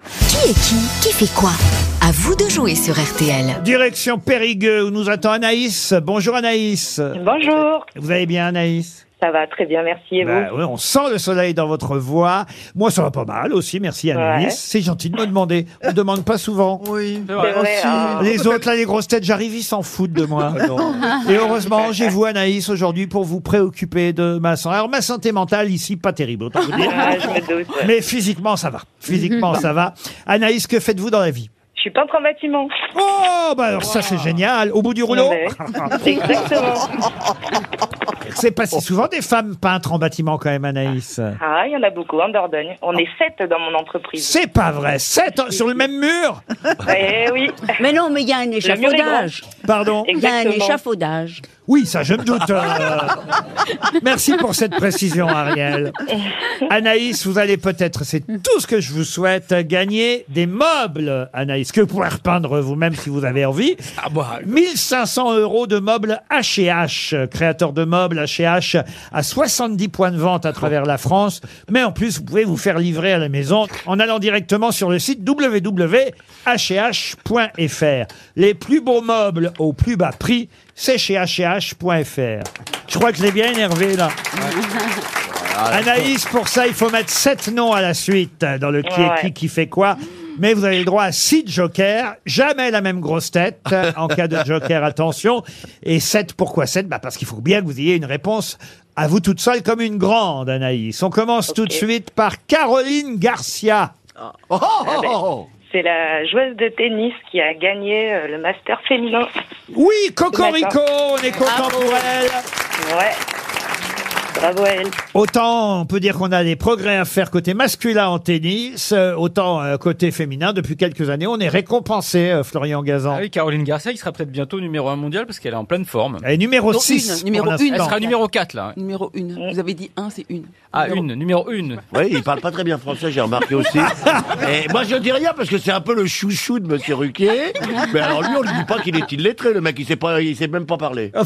Qui est qui Qui fait quoi À vous de jouer sur RTL. Direction Périgueux où nous attend Anaïs. Bonjour Anaïs. Bonjour, Vous allez bien Anaïs ça va très bien, merci et vous Bah ouais, On sent le soleil dans votre voix. Moi ça va pas mal aussi, merci Anaïs. Ouais. C'est gentil de me demander. On ne demande pas souvent. Oui, Bah, C'est vrai, hein. Les autres, là, les grosses têtes, j'arrive, ils s'en foutent de moi. Oh. Et heureusement, j'ai vous, Anaïs, aujourd'hui, pour vous préoccuper de ma santé. Alors, ma santé mentale, ici, pas terrible, autant vous dire. Ah, je me doute. ouais. Mhm. Mais physiquement, ça va. Physiquement, ça va. Anaïs, que faites-vous dans la vie Je suis peintre en bâtiment. Oh, bah alors ça, c'est génial. Au bout du rouleau Ouais. Exactement. C'est pas si souvent des femmes peintres en bâtiment quand même, Anaïs. Ah, il y en a beaucoup en Dordogne. On est sept dans mon entreprise. C'est pas vrai. Sept ans sur le même mur. Eh oui, Mais non, mais il y a un mur est grand. échafaudage. Pardon. Il y a un exactement. échafaudage. Oui, ça, je me doute. euh. Merci pour cette précision, Ariel. Anaïs, vous allez peut-être, c'est tout ce que je vous souhaite, gagner des meubles, Anaïs, que vous pourrez repeindre vous-même si vous avez envie. 1500 euros de meubles H&H, créateur de meubles H&H à 70 points de vente à travers la France. Mais en plus, vous pouvez vous faire livrer à la maison en allant directement sur le site e www.hh.fr. Les plus beaux meubles au plus bas prix, c'est chez hh.fr. Je crois que je l'ai bien énervé là. Anaïs, pour ça, il faut mettre sept noms à la suite euh, dans le qui est qui Ouais. qui fait quoi. Mais vous avez le droit à six jokers, jamais la même grosse tête euh, en cas de joker, attention. Et sept, pourquoi sept bah Parce qu'il faut bien que vous ayez une réponse à vous toute seule comme une grande, Anaïs. On commence tout de Ok. suite par Caroline Garcia. C'est la joueuse de tennis qui a gagné euh, le master féminin. Oui, Cocorico, on est content pour elle. Ouais. Bravo à elle. Autant on peut dire qu'on a des progrès à faire côté masculin en tennis, euh, autant euh, côté féminin, depuis quelques années, on est récompensé, euh, Florian Gazan. Ah oui, Caroline Garcia, qui sera peut-être bientôt numéro 1 mondial parce qu'elle est en pleine forme. Et numéro Non, 6. une, numéro Elle une. Non. sera numéro 4 là. Numéro 1. Vous avez dit 1, c'est 1. Ah, une, numéro 1. Oui, il parle pas très bien français, j'ai remarqué aussi. Et moi, je dis rien parce que c'est un peu le chouchou de Monsieur Ruquier. Mais alors lui, on lui dit pas qu'il est illettré, le mec, il sait pas, il sait même pas parler. Ah,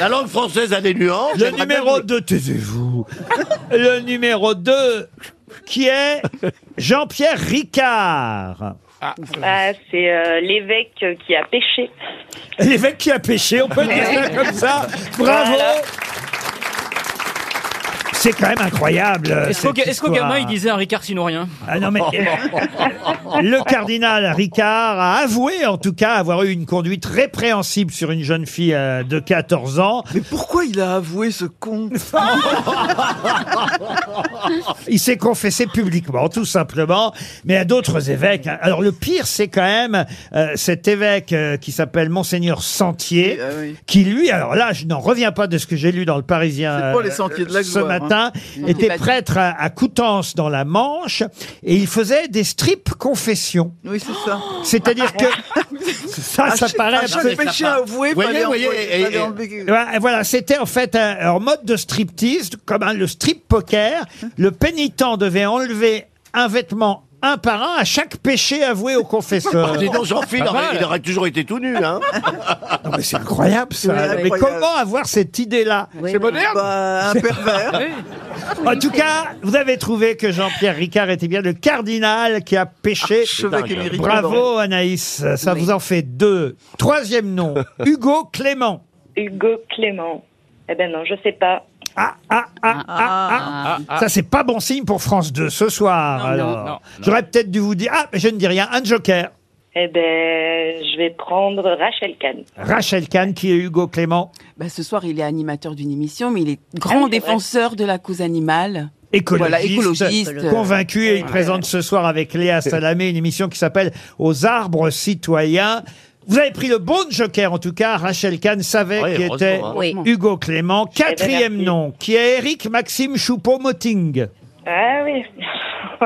La langue française a des nuances. Ah, Le numéro 2, taisez-vous. Le numéro 2, qui est Jean-Pierre Ricard. Ah, c'est euh, l'évêque euh, qui a pêché. L'évêque qui a péché, on peut dire ça comme ça. Bravo. Voilà. C'est quand même incroyable. euh, Est-ce qu'au cette est-ce qu'au histoire. gamin il disait un Ricard sinon rien Ah non, mais. le cardinal Ricard a avoué, en tout cas, avoir eu une conduite répréhensible sur une jeune fille euh, de 14 ans. Mais pourquoi il a avoué ce con Il s'est confessé publiquement, tout simplement, mais à d'autres évêques. hein. Alors le pire, c'est quand même euh, cet évêque euh, qui s'appelle Monseigneur Sentier, Ah oui. qui lui, alors là, je n'en reviens pas de ce que j'ai lu dans le Parisien C'est pas les euh, sentiers de la ce gloire, hein. matin, était prêtre à, à Coutances dans la Manche, et il faisait des strips confessions. Oui, c'est ça. C'est-à-dire que Ah, Ah, ça, ça paraît... À un peu- chaque péché avoué, Voyez, fallait voyez, envoyer- et- fallait et- envoyer- Ouais, Voilà, c'était en fait un, en mode de striptease, comme un- le strip poker. Le pénitent devait enlever un vêtement un par un à chaque péché avoué au confesseur. Ah, Dis donc, Jean-Phil, Pas mal. il aurait toujours été tout nu, hein. Non, mais c'est incroyable ça. Ouais, Mais incroyable. comment avoir cette idée-là C'est Bah, un pervers. En tout cas, vous avez trouvé que Jean-Pierre Ricard était bien le cardinal qui a Ah, péché. Chevêque dingue. américain. Bravo Anaïs, ça vous en fait deux. Troisième nom, Hugo Clément. Hugo Clément. Eh ben non, je sais pas. Ah, ah, ah, ah, ah. Ça, c'est pas bon signe pour France 2 ce soir. alors. non, non. J'aurais peut-être dû vous dire, ah, mais je ne dis rien, un joker. Eh ben, je vais prendre Rachel Kahn. Rachel Kahn, qui est Hugo Clément, Bah, ce soir, il est animateur d'une émission, mais il est grand Ah, c'est vrai. défenseur de la cause animale. écologiste. Voilà, écologiste. Convaincu, et il présente ce soir avec Léa Salamé une émission qui s'appelle Aux arbres citoyens. Vous avez pris le bon joker, en tout cas. Rachel Kahn savait Ouais, qui heureusement, était hein. Oui. Hugo Clément. Quatrième merci. nom, qui est Eric Maxime Choupeau-Moting. Ah oui.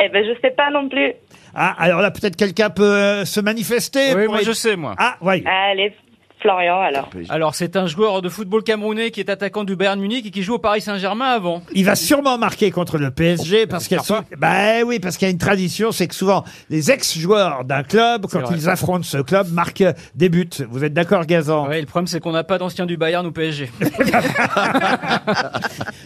eh ben, je sais pas non plus. Ah, alors là, peut-être quelqu'un peut euh, se manifester. Oui, pour moi aider. je sais moi. Ah, voyez. Allez, Florian, alors. Alors, c'est un joueur de football camerounais qui est attaquant du Bayern Munich et qui joue au Paris Saint-Germain avant. Il va sûrement marquer contre le PSG parce qu'il y a sou- bah oui parce qu'il y a une tradition, c'est que souvent les ex-joueurs d'un club quand vrai. ils affrontent ce club marquent des buts. Vous êtes d'accord, Gazan Ouais, le problème, c'est qu'on n'a pas d'ancien du Bayern ou PSG.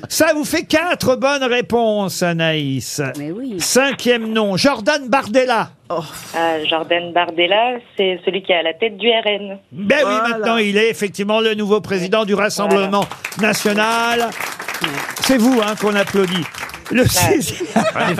Ça vous fait quatre bonnes réponses, Anaïs. Mais oui. Cinquième nom, Jordan Bardella. Ah, Jordan Bardella, c'est celui qui est à la tête du RN. Ben oui, maintenant il est effectivement le nouveau président du Rassemblement national. C'est vous hein, qu'on applaudit. Le, sixi- Elle est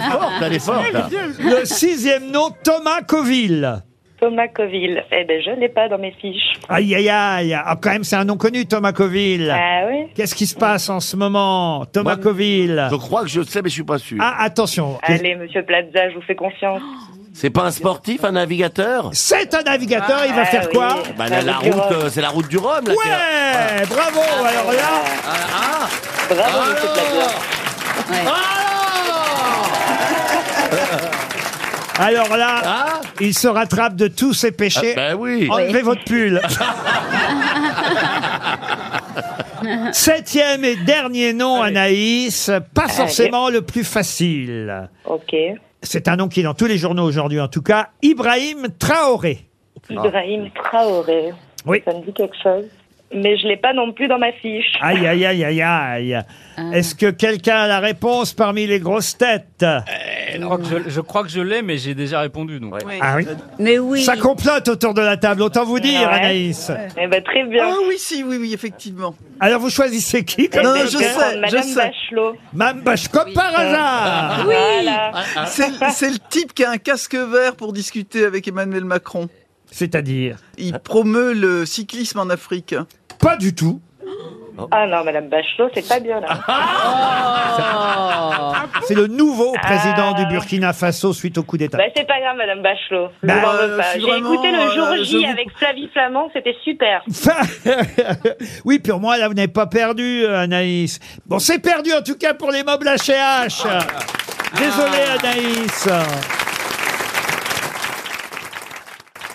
forte, elle est forte. là. le sixième nom, Thomas Coville. Thomas Coville. Eh ben, je l'ai pas dans mes fiches. Aïe, aïe, aïe. Ah, quand même, c'est un nom connu, Thomas Coville. Ah oui Qu'est-ce qui se passe en ce moment, Thomas Moi- Coville Je crois que je sais, mais je suis pas sûr. Ah, attention. Allez, monsieur Plaza, je vous fais confiance. C'est pas un sportif, un navigateur C'est un navigateur, il va Ah faire oui. quoi Bah, la, la Ah, route, Rome. euh, c'est la route du Rhum. Là, qui est- Ouais, bravo. Alors là, Ah, ah, Bravo, ah, monsieur Plaza. ah, alors là, ah. il se rattrape de tous ses péchés. Ben oui. Enlevez votre pull. Septième et dernier nom, Anaïs, pas forcément le plus facile. Ok. Ah. C'est un nom qui est dans tous les journaux aujourd'hui, en tout cas, Ibrahim Traoré. Ibrahim Traoré. Oui. Ça me dit quelque chose. Mais je l'ai pas non plus dans ma fiche. Ah. Aïe, aïe, aïe, aïe, aïe. Est-ce que quelqu'un a la réponse parmi les grosses têtes Euh, Je crois que je, je crois que je l'ai, mais j'ai déjà répondu. Donc. Ouais. Ah oui. Mais oui. Ça complote autour de la table, autant vous dire, Ouais. Anaïs. Eh ben, très bien. Ah oui, si, oui, oui, effectivement. Alors vous choisissez qui Eh comme, Non, ben, je vais sais, prendre je Madame sais. Bachelot. Mme Bach- comme par hasard Oui. C'est c'est le type qui a un casque vert pour discuter avec Emmanuel Macron. C'est-à-dire Il promeut le cyclisme en Afrique. Pas du tout. Oh. Ah non, Madame Bachelot, c'est pas bien Ah. là. C'est le nouveau président du Burkina Faso suite au coup d'État. Bah, c'est pas grave, Madame Bachelot. Je Bah, vous en veux euh, pas. je suis J'ai vraiment, écouté le jour euh, je J vous- avec Flavie Flamand, c'était super. oui, pour moi, là, vous n'avez pas perdu, euh, Anaïs. Ah. Bon, c'est perdu en tout cas pour les meubles H&H. Désolé, Anaïs.